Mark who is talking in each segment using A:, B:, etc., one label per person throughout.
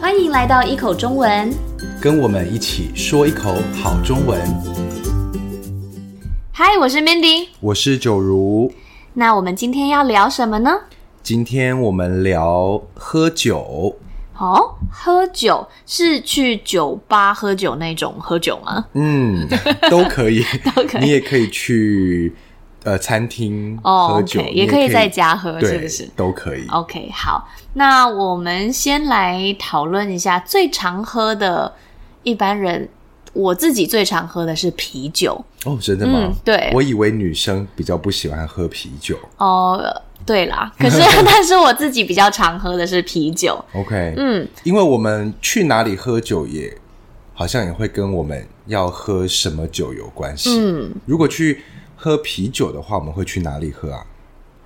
A: 欢迎来到一口中文。
B: 跟我们一起说一口好中文。
A: 嗨，我是 Mandy。
B: 我是九如，
A: 那我们今天要聊什么呢？
B: 今天我们聊喝酒。
A: 哦，喝酒是去酒吧喝酒那种喝酒 吗？
B: 嗯，都可以，
A: 都可以
B: 你也可以去呃餐厅
A: 哦
B: 喝酒
A: OK，
B: 你
A: 也可以在家喝
B: 对
A: 是哦不是
B: 都可以。
A: OK，好，那我们先来讨论一下最常喝的，一般人我自己最常喝的是啤酒。
B: 哦，真的吗
A: 嗯？对
B: 我以为女生比较不喜欢喝啤酒。
A: 哦、对啦，可 是但是我自己比较常喝的是啤酒。
B: OK，
A: 嗯，
B: 因为我们去哪里喝酒也好像也会跟我们要喝什么酒有关系。
A: 嗯，
B: 如果去喝啤酒的话，我们会去哪里喝啊？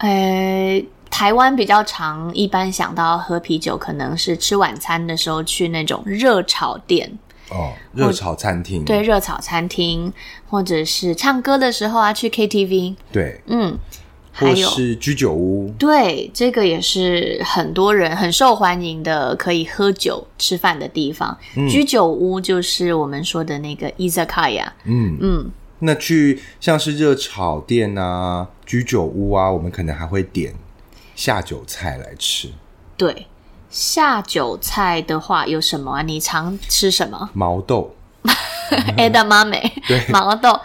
A: 呃，台湾比较常一般想到喝啤酒，可能是吃晚餐的时候去那种热炒店，
B: 哦，热炒餐厅。
A: 对，热炒餐厅，或者是唱歌的时候啊去 KTV，
B: 对，
A: 嗯，还
B: 或
A: 有
B: 是居酒屋。
A: 对，这个也是很多人很受欢迎的，可以喝酒吃饭的地方。居酒屋就是我们说的那个 izakaya，
B: 嗯，
A: 嗯，
B: 那去像是热炒店啊、居酒屋啊，我们可能还会点下酒菜来吃，
A: 对。下酒菜的话有什么啊？你常吃什么
B: 毛豆。
A: 嗯？edamame，
B: 对
A: 毛豆，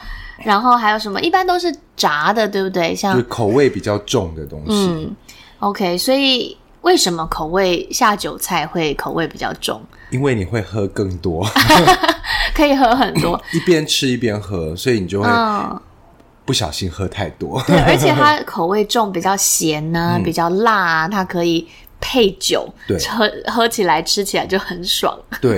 A: 然后还有什么？一般都是炸的，对不对？
B: 就
A: 像
B: 是口味比较重的东西，
A: 啊嗯，OK，所以为什么口味下酒菜会口味比较重？
B: 因为你会喝更 多，
A: 可以喝很多，
B: 一边吃一边喝，所以你就会
A: 嗯，
B: 不小心喝太多。
A: 对，而且它口味重，比较咸呢、比较辣啊，它可以配酒，
B: 对
A: 喝喝起来吃起来就很爽。
B: 对，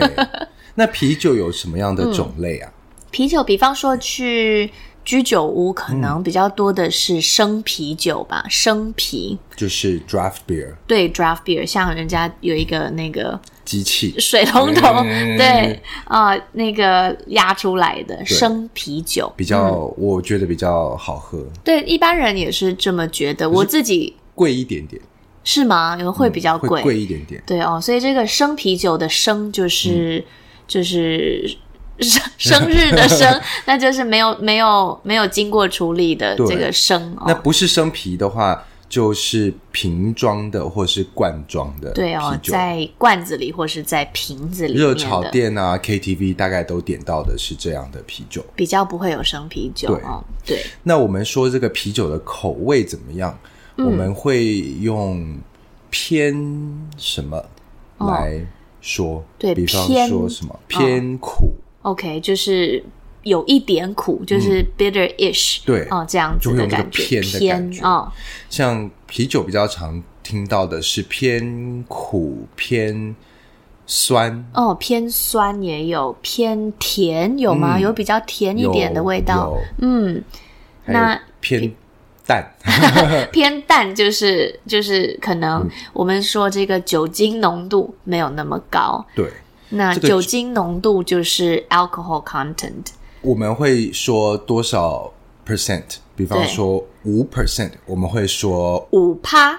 B: 那啤酒有什么样的种类啊？
A: 啤酒，比方说去居酒屋，可能比较多的是生啤酒吧，生啤。
B: 就是 draft beer
A: 对，draft beer，像人家有一个那个
B: 机器，
A: 水龙头，
B: 嗯
A: 对，啊、那个压出来的生啤酒，嗯
B: 比较、我觉得比较好喝，
A: 对，一般人也是这么觉得。我自己
B: 贵一点点，
A: 是吗？因为会比较
B: 嗯会贵一点点。
A: 对哦，所以这个生啤酒的生就是、
B: 嗯
A: 就是生生日的 生，那就是没有没有没有经过处理的
B: 对
A: 这个生
B: 那
A: 哦。
B: 不是生啤的话，就是瓶装的或是罐装的
A: 对
B: 啤
A: 哦，
B: 酒。
A: 在罐子里或是在瓶子里面的
B: 热炒店啊、KTV 大概都点到的是这样的啤酒。
A: 比较不会有生啤酒
B: 对
A: 哦。对，
B: 那我们说这个啤酒的口味怎么样？
A: 嗯
B: 我们会用偏什么
A: 哦
B: 来说？
A: 对
B: 比方
A: 偏
B: 说什么偏苦，
A: OK，就是有一点苦，就是 bitter-ish，、
B: 嗯对
A: 哦，这样子
B: 就会
A: 的
B: 有那个
A: 感觉，
B: 偏的感觉
A: 哦，
B: 像啤酒比较常听到的是偏苦、偏酸，
A: 哦，偏酸也有，偏甜有吗？
B: 嗯
A: 有比较甜一点的
B: 有
A: 味道，，嗯，
B: 有还有
A: 那
B: 偏淡，
A: 偏淡就是就是可
B: 嗯
A: 能我们说这个酒精浓度没有那么高，
B: 对。
A: 那
B: 这个
A: 酒精浓度就是 alcohol content，
B: 我们会说多少 percent？比方
A: 对
B: 说五 percent，我们会说
A: 五 趴。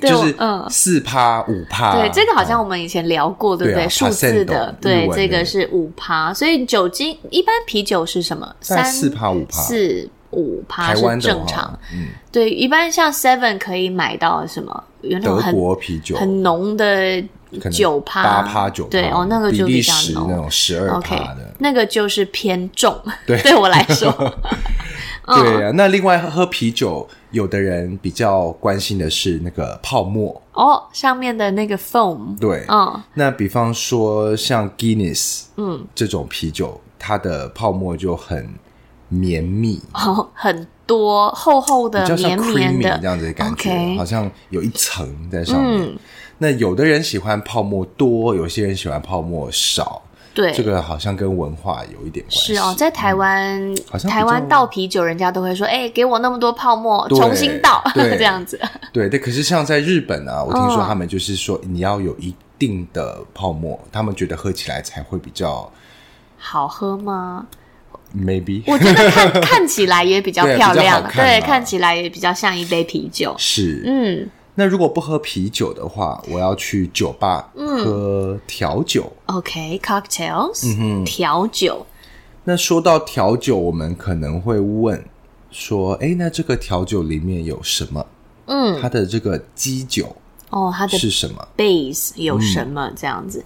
A: 对，
B: 就
A: 我
B: 是
A: 嗯。
B: 四趴五趴。啊
A: 对，这个好像我们以前聊过，对不
B: 对啊
A: 数字
B: percent
A: 的，
B: 日
A: 对，
B: 文
A: 这
B: 的
A: 个是五趴，所以酒精一般啤酒是什么？
B: 大概
A: 三
B: 4% 5%
A: 四五趴
B: 台
A: 是
B: 湾的
A: 正
B: 话
A: 常。，
B: 嗯，
A: 对，一般像 Seven 可以买到什么？有那种
B: 德
A: 很
B: 国啤酒
A: 很浓的
B: 可能
A: 酒趴，
B: 八趴九趴，
A: 对哦，那个就
B: 比利
A: 比较
B: 时那
A: 浓。
B: 种十二
A: OK，
B: 趴的。
A: 那个就是偏重，
B: 对
A: 我来说， 嗯
B: 对啊，那另外喝啤酒，有的人比较关心的是那个泡沫。
A: 哦，上面的那个 foam，
B: 对，
A: 嗯，
B: 那比方说像 Guinness，
A: 嗯，
B: 这种啤酒，它的泡沫就很绵密，
A: 哦，很多厚厚
B: 比较
A: 的、
B: 像
A: 绵
B: creamy
A: 绵
B: 这
A: 的，
B: 样子的感觉
A: OK
B: 好像有一层在上面。
A: 嗯，
B: 那有的人喜欢泡沫多，有些人喜欢泡沫少，
A: 对，
B: 这个好像跟文化有一点关系。
A: 是哦，在台湾
B: 嗯好，像比较
A: 台湾倒啤酒，人家都会说，哎，给我那么多泡沫，
B: 对
A: 重新倒，
B: 对
A: 这样子，
B: 对，但可是像在日本啊，我听说
A: 哦
B: 他们就是说你要有一定的泡沫，他们觉得喝起来才会比较
A: 好喝吗？
B: maybe
A: 我觉得看看起来也比较
B: 对
A: 漂
B: 比较好
A: 亮，
B: 看
A: 对，
B: 嘛
A: 看起来也比较像一杯啤酒。
B: 是。
A: 嗯，
B: 那如果不喝啤酒的话，我要去酒吧
A: 嗯
B: 喝调酒。嗯
A: OK，cocktails，、调酒。
B: 那说到调酒，我们可能会问说，诶，那这个调酒里面有什么？
A: 嗯，
B: 它的这个基酒
A: 哦，它的
B: 是嗯什么？
A: base 有什么这样子。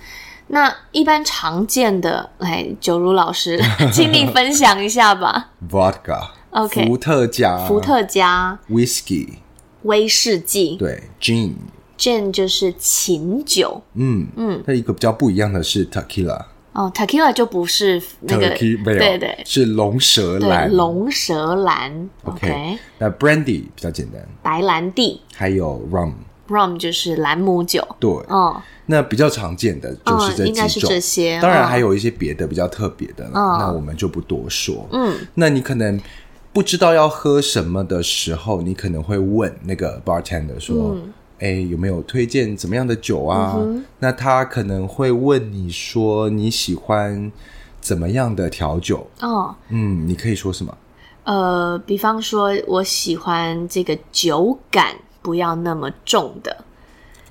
A: 那一般常见的，来九如老师，请 你分享一下吧。
B: vodka、
A: OK
B: 伏特加、
A: 伏特加、
B: whisky，
A: 威士忌
B: 对，gin，
A: ，gin 就是琴酒
B: 嗯嗯。那一个比较不一样的是 tequila，
A: 哦，tequila 就不是那个
B: Turkey 没有，
A: 对对
B: 是龙舌
A: 对
B: 兰。
A: 龙舌兰
B: OK
A: ，OK，
B: 那 brandy 比较简单，
A: 白兰地
B: 还有 rum，
A: ，rum 就是兰姆酒，
B: 对，
A: 哦，
B: 那比较常见的就是这
A: 嗯
B: 几种，
A: 应该是这些
B: 当然还
A: 嗯
B: 有一些别的比较特别的了，
A: 嗯
B: 那我们就不多说。
A: 嗯，
B: 那你可能不知道要喝什么的时候，你可能会问那个 bartender 说：“
A: 嗯
B: 哎、有没有推荐怎么样的酒啊？”那他可能会问你说：“你喜欢怎么样的调酒
A: 哦，？”
B: 嗯，你可以说什么？
A: 呃，比方说我喜欢这个酒感不要那么重的，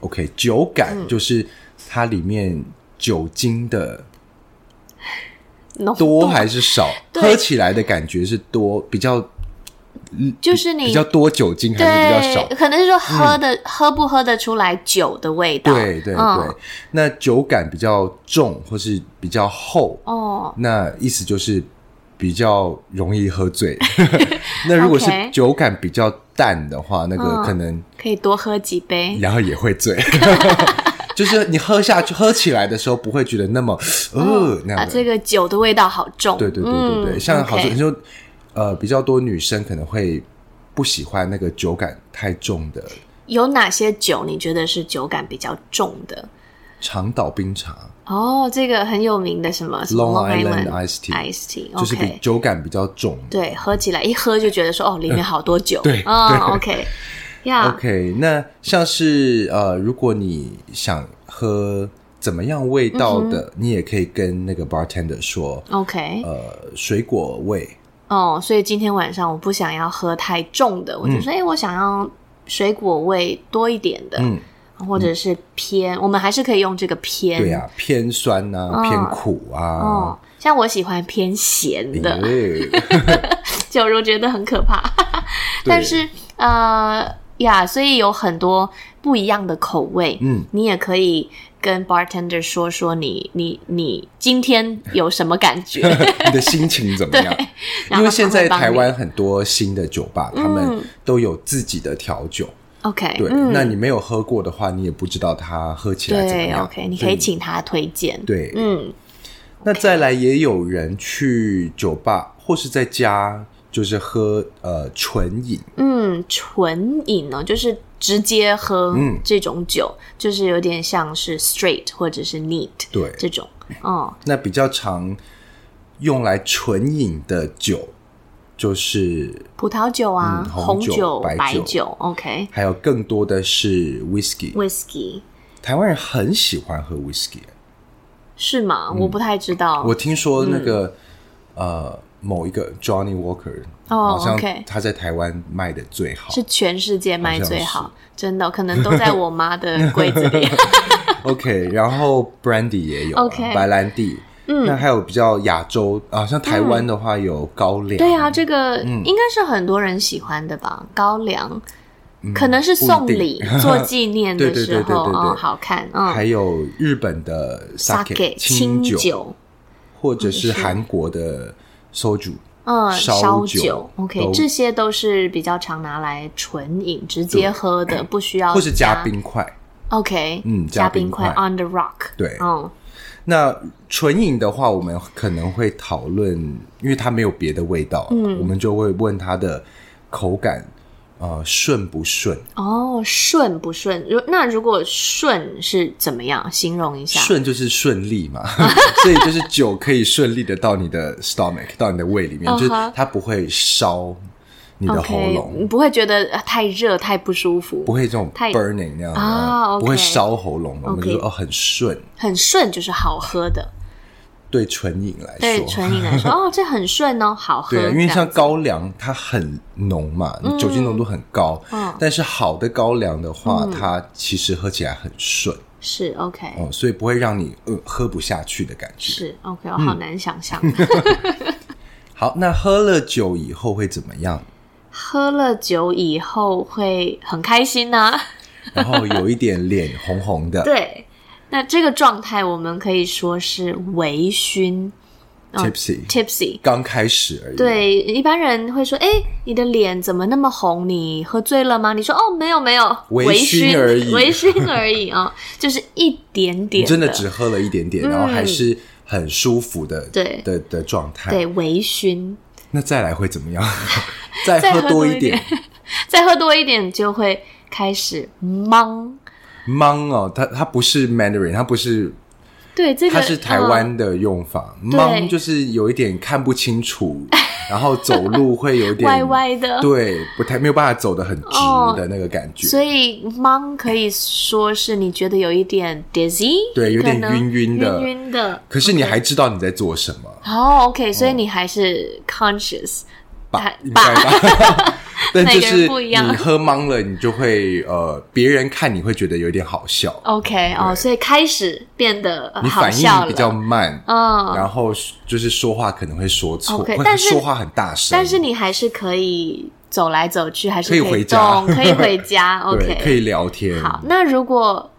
B: OK，酒感
A: 嗯
B: 就是它里面酒精的
A: 浓
B: 多
A: 度
B: 还是少，
A: 对
B: 喝起来的感觉是多，比较
A: 就是你
B: 比较多酒精还是比较少嗯
A: 对，？可能是说喝的、喝不喝得出来酒的味道。
B: 对对对，
A: 嗯
B: 那酒感比较重或是比较厚，
A: 哦，
B: 那意思就是比较容易 喝醉。那如果是
A: OK 嗯
B: 酒感比较淡的话，那个可能
A: 可以多喝几杯。
B: 然后也会 醉。就是你喝下去，喝起来的时候不会觉得那么呃那
A: 啊，
B: 样的
A: 这个酒的味道好重。
B: 对对对对对，
A: 嗯
B: 像好像
A: OK
B: 就呃比较多女生可能会不喜欢那个酒感太重的
A: 有哪些酒你觉得是酒感比较重的？
B: 长岛冰茶，
A: 哦，这个很有名的什么什么
B: Long Island
A: Island
B: iced tea
A: Ice Tea，
B: 就是比
A: OK。
B: 酒感比较重。
A: 对，喝起来一喝就觉得说哦，里面好多酒。
B: 对
A: 嗯，OK，呀
B: OK，那像是呃，如果你想喝怎么样味道
A: 嗯
B: 的，你也可以跟那个 bartender 说，
A: ，OK，
B: 呃，水果味，
A: 哦，所以今天晚上我不想要喝太重的，我就说，哎、我想要水果味多一点的，
B: 嗯，
A: 或者是偏，我们还是可以用这个偏。
B: 对啊，偏酸啊，
A: 哦
B: 偏苦啊哎
A: 哦，，像我喜欢偏咸的，
B: 对，
A: 酒如觉得很可 怕。但是呃呀，所以有很多不一样的口味，
B: 嗯，
A: 你也可以跟 bartender 说说你你你今天有什么感 觉。
B: 你的心情怎么样？
A: 然后
B: 因为现在
A: 他会帮你
B: 台湾很多新的酒吧，他们都有自己的调酒。
A: OK，
B: 对，
A: 嗯
B: 那你没有喝过的话，你也不知道它喝起来怎么
A: 对
B: 样。
A: ，OK，你可以请他推荐。，
B: 对，
A: 嗯，
B: 那再来也有人去酒吧或是在家，就是喝呃纯饮。
A: 嗯，纯饮呢，就是直接喝
B: 嗯
A: 这种酒，就是有点像是 straight 或者是 neat
B: 对
A: 这种。哦，
B: 那比较常用来纯饮的酒，就是
A: 葡萄酒啊，
B: 嗯红
A: 红
B: 酒白
A: 白
B: 酒
A: o k
B: 还有更多的是 whisky。
A: Whisky
B: 台湾人很喜欢喝 whisky，
A: 是吗？我不太知道。
B: 嗯我听说那个、呃某一个 Johnny Walker，、
A: 哦
B: 好像
A: OK
B: 他在台湾卖的最好。
A: 是全世界卖最好，
B: 好
A: 真的，可能都在我妈 的柜子里。
B: 啊 OK，然后 Brandy 也有、啊
A: OK 嗯
B: 白兰地，那还有比较亚洲啊，像台湾的话有高粱，
A: 对啊，这个
B: 嗯
A: 应该是很多人喜欢的吧？高粱，可能是送
B: 嗯不一定
A: 礼做纪念的
B: 对对对
A: 时候
B: 对对对
A: 哦，好看。
B: 还
A: 嗯
B: 有日本的 sake
A: 清
B: 酒，
A: 酒，
B: 或者是
A: 或者是
B: 韩国的 soju，
A: 嗯，
B: 烧
A: 烧
B: 酒
A: ，OK，
B: 都
A: 这些都是比较常拿来纯饮直接喝的，不需要
B: 或是加冰块。
A: ，OK，
B: 嗯加
A: 加冰
B: 冰块
A: ，on the rock，
B: 对
A: 嗯，
B: 那纯饮的话，我们可能会讨论，因为它没有别的味道啊、
A: 嗯
B: 我们就会问它的口感，呃，顺不顺？
A: 哦，顺不顺？如那如果顺是怎么样形容一下？
B: 顺就是顺利 嘛，所以就是酒可以顺利的到你的 stomach，到你的胃里面
A: 嗯哼
B: 就是它不会烧你的喉
A: OK，你
B: 咙，
A: 不会觉得呃太热太不舒服，
B: 不会这种
A: 太
B: burning 那样的，
A: 啊，OK
B: 不会烧喉咙。我们就说
A: OK
B: 哦很顺，
A: 很顺就是好喝的。
B: 对纯饮来说，
A: 对纯饮 来说，哦，这很顺哦，好喝。嗯
B: 对，因
A: 这
B: 为
A: 样
B: 像
A: 子
B: 高粱它很浓嘛，你酒精浓度很高，
A: 嗯
B: 但是好的高粱的话，它其实喝起来很顺
A: 是 OK，、
B: 哦、所以不会让你呃喝不下去的感觉。
A: 是 OK，我好难想象。
B: 好，那喝了酒以后会怎么样？
A: 喝了酒以后会很开心 呢、
B: 然后有一点脸红红的，
A: 对，那这个状态我们可以说是微醺
B: tipsy，
A: （tipsy）。
B: 刚开始而已。，
A: 哦对，一般人会说：“哎，你的脸怎么那么红？你喝醉了吗？”你说：“哦，没有，没有，
B: 微
A: 微
B: 醺而已
A: 微醺而已 啊、就是一点
B: 你
A: 点
B: 真的只喝了一点点，
A: 嗯
B: 然后还是很舒服的，
A: 对
B: 的的状态。
A: 对微醺，
B: 那再来会怎 么样？再
A: 再
B: 喝
A: 喝
B: 多
A: 一
B: 一点，
A: 再喝多一点就会开始懵。
B: mang 哦，它它不是 Mandarin，它不是，
A: 对，这个嗯
B: 它是台湾的用法。
A: 对
B: mang 就是有一点看不清楚， 然后走路会有一
A: 嗯
B: 点
A: 歪歪的，
B: 对，不太没有办法走得很直
A: 哦
B: 的那个感觉。
A: 所以懵可以说是你觉得有一点 dizzy，
B: 对有点
A: 可能
B: 晕晕的
A: 晕晕的。
B: 可是你还知道你在做什么
A: 哦、o k 所以你还是 conscious，
B: 吧
A: 还？
B: 应该吧。 但
A: 每
B: 就
A: 个人
B: 是
A: 不一样
B: 你喝懵了，你就会呃，别人看你会觉得有点好笑，
A: OK 哦，所以开始变得呃
B: 你
A: 好
B: 反
A: 笑
B: 应比较
A: 了。
B: 慢，
A: 嗯，
B: 然后就是说话可能会说错，
A: OK，
B: 会
A: 但是
B: 说话很大声，
A: 但是你还是可以走来走去，还是
B: 可以
A: 以
B: 回家
A: 动，可以回 家。
B: 对
A: OK，
B: 可以聊天。
A: 好，那如果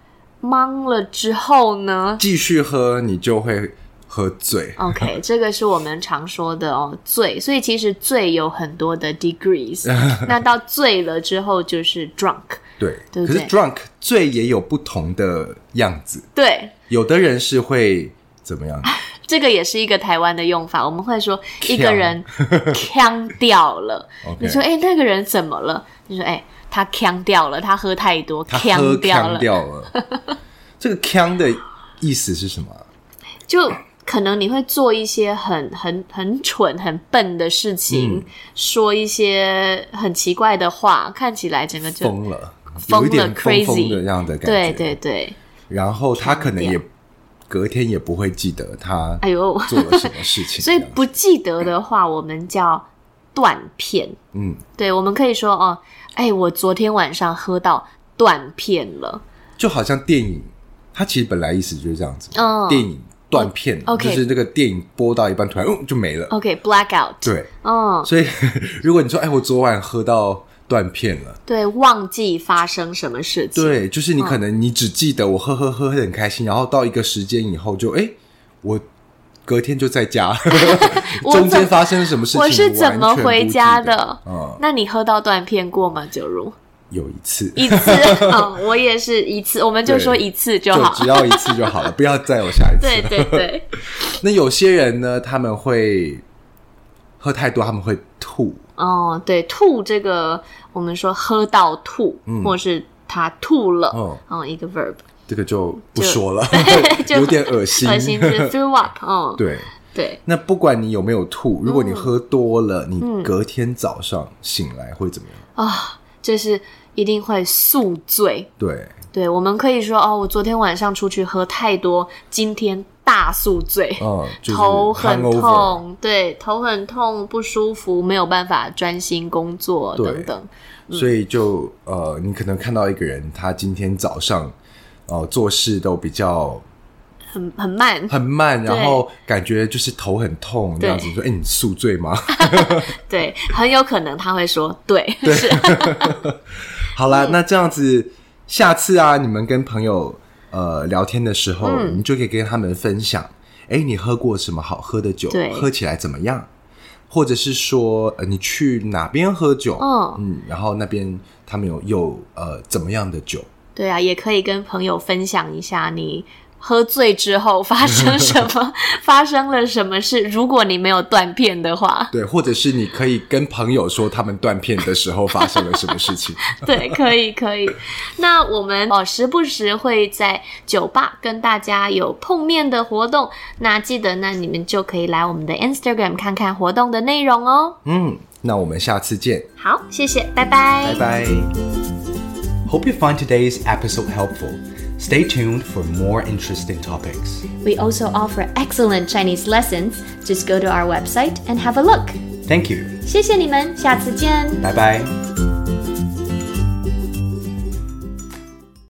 A: 懵了之后呢
B: 继续喝你就会喝醉。
A: ？OK，这个是我们常说的哦，醉。所以其实醉有很多的 degrees，那 到醉了之后就是 drunk。
B: 对，
A: 对不
B: 可
A: 对
B: 是 drunk 醉也有不同的样子，
A: 对，
B: 有的人是会怎么样？
A: 这个也是一个台湾的用法，我们会说一
B: 呛
A: 个人 呛掉了
B: OK。
A: 你说哎、那个人怎么了？你说哎、他呛掉了，他喝太多，
B: 他喝
A: 呛掉
B: 呛
A: 了，
B: 掉了。 这个呛的意思是什么啊？
A: 就可能你会做一些很很很蠢、很笨的事情，
B: 嗯
A: 说一些很奇怪的话，看起来整个就
B: 疯了，
A: 疯了
B: 有一点疯
A: crazy
B: 疯的这样的感
A: 对
B: 觉。
A: 对。对，
B: 然后他可能也
A: 呛
B: 隔天也不会记得他
A: 哎呦，
B: 做了什么事 情，
A: 所以
B: 这样
A: 不记得的话，我们叫断片。
B: 嗯，
A: 对，我们可以说哦，哎，我昨天晚上喝到断片了。
B: 就好像电影，它其实本来意思就是这样子。
A: 嗯哦
B: 电影断片，
A: OK 哦
B: 就是这个电影播到一半突然嗯就没了。
A: OK，blackout、
B: 对，
A: 嗯，
B: 所以 如果你说哎，我昨晚喝到断片了，
A: 对，忘记发生什么事情。
B: 对，就是你可能你只记得我喝喝喝很开心，然后到一个时间以后就哎我。隔天就 在家，
A: 我
B: 中
A: 怎
B: 间发生了什么事情？
A: 我是怎么
B: 完全不
A: 回
B: 记
A: 家
B: 得
A: 的
B: 嗯，
A: 那你喝到断片过吗？九 如
B: 有一次，
A: 一次，嗯，我也是一次，我们就
B: 对
A: 说一次就
B: 就
A: 好。
B: 只要一次就好了，不要再有下一次。
A: 对对对，
B: 那有些人呢，他们会喝太多，他们会吐。
A: 哦，对，吐这个我们说喝到吐，
B: 嗯
A: 或是他吐了，
B: 哦
A: 哦、一个 verb，
B: 这个就不说了，
A: 就
B: 有点恶心。
A: 恶心是 threw up，嗯，
B: 对，
A: 对
B: 那不管你有没有吐，如果
A: 嗯
B: 你喝多了，你隔天早上醒来会怎么样？
A: 啊、就是一定会宿醉。
B: 对，
A: 对，我们可以说哦，我昨天晚上出去喝太多，今天大宿醉。
B: 嗯，就是
A: 头很
B: hangover。
A: 痛，对，头很痛，不舒服，没有办法专心工作
B: 对
A: 等等。
B: 所以就呃，你可能看到一个人，他今天早上呃做事都比较
A: 很很慢，
B: 很慢，
A: 对
B: 然后感觉就是头很痛这样子。
A: 对
B: 你说，哎，你宿醉 吗？
A: 对，很有可能他会说对， 是
B: 好
A: 嗯
B: 啦，那这样子，下次啊，你们跟朋友呃聊天的时候，
A: 嗯
B: 你就可以跟他们分享，哎、你喝过什么好喝的酒
A: 对？
B: 喝起来怎么样？或者是说，呃，你去哪边喝酒？
A: 嗯
B: 然后那边他们有有呃怎么样的酒？
A: 对啊，也可以跟朋友分享一下你喝醉之后发生什么， 发生了什么事。如果你没有断片的话，
B: 对，或者是你可以跟朋友说，他们断片的时候发生了什么事 情？
A: 对，可以可以。那我们哦，时不时会在酒吧跟大家有碰面的活动，那记得呢，你们就可以来我们的 Instagram 看看活动的内容哦。
B: 嗯，那我们下次见，
A: 好，谢谢，拜拜
B: 拜拜。 Hope you find today's episode helpful. Stay tuned for more interesting topics.
A: We also offer excellent Chinese lessons. Just go to our website and have a look.
B: Thank you.
A: 谢谢你们，下次见。
B: Bye bye.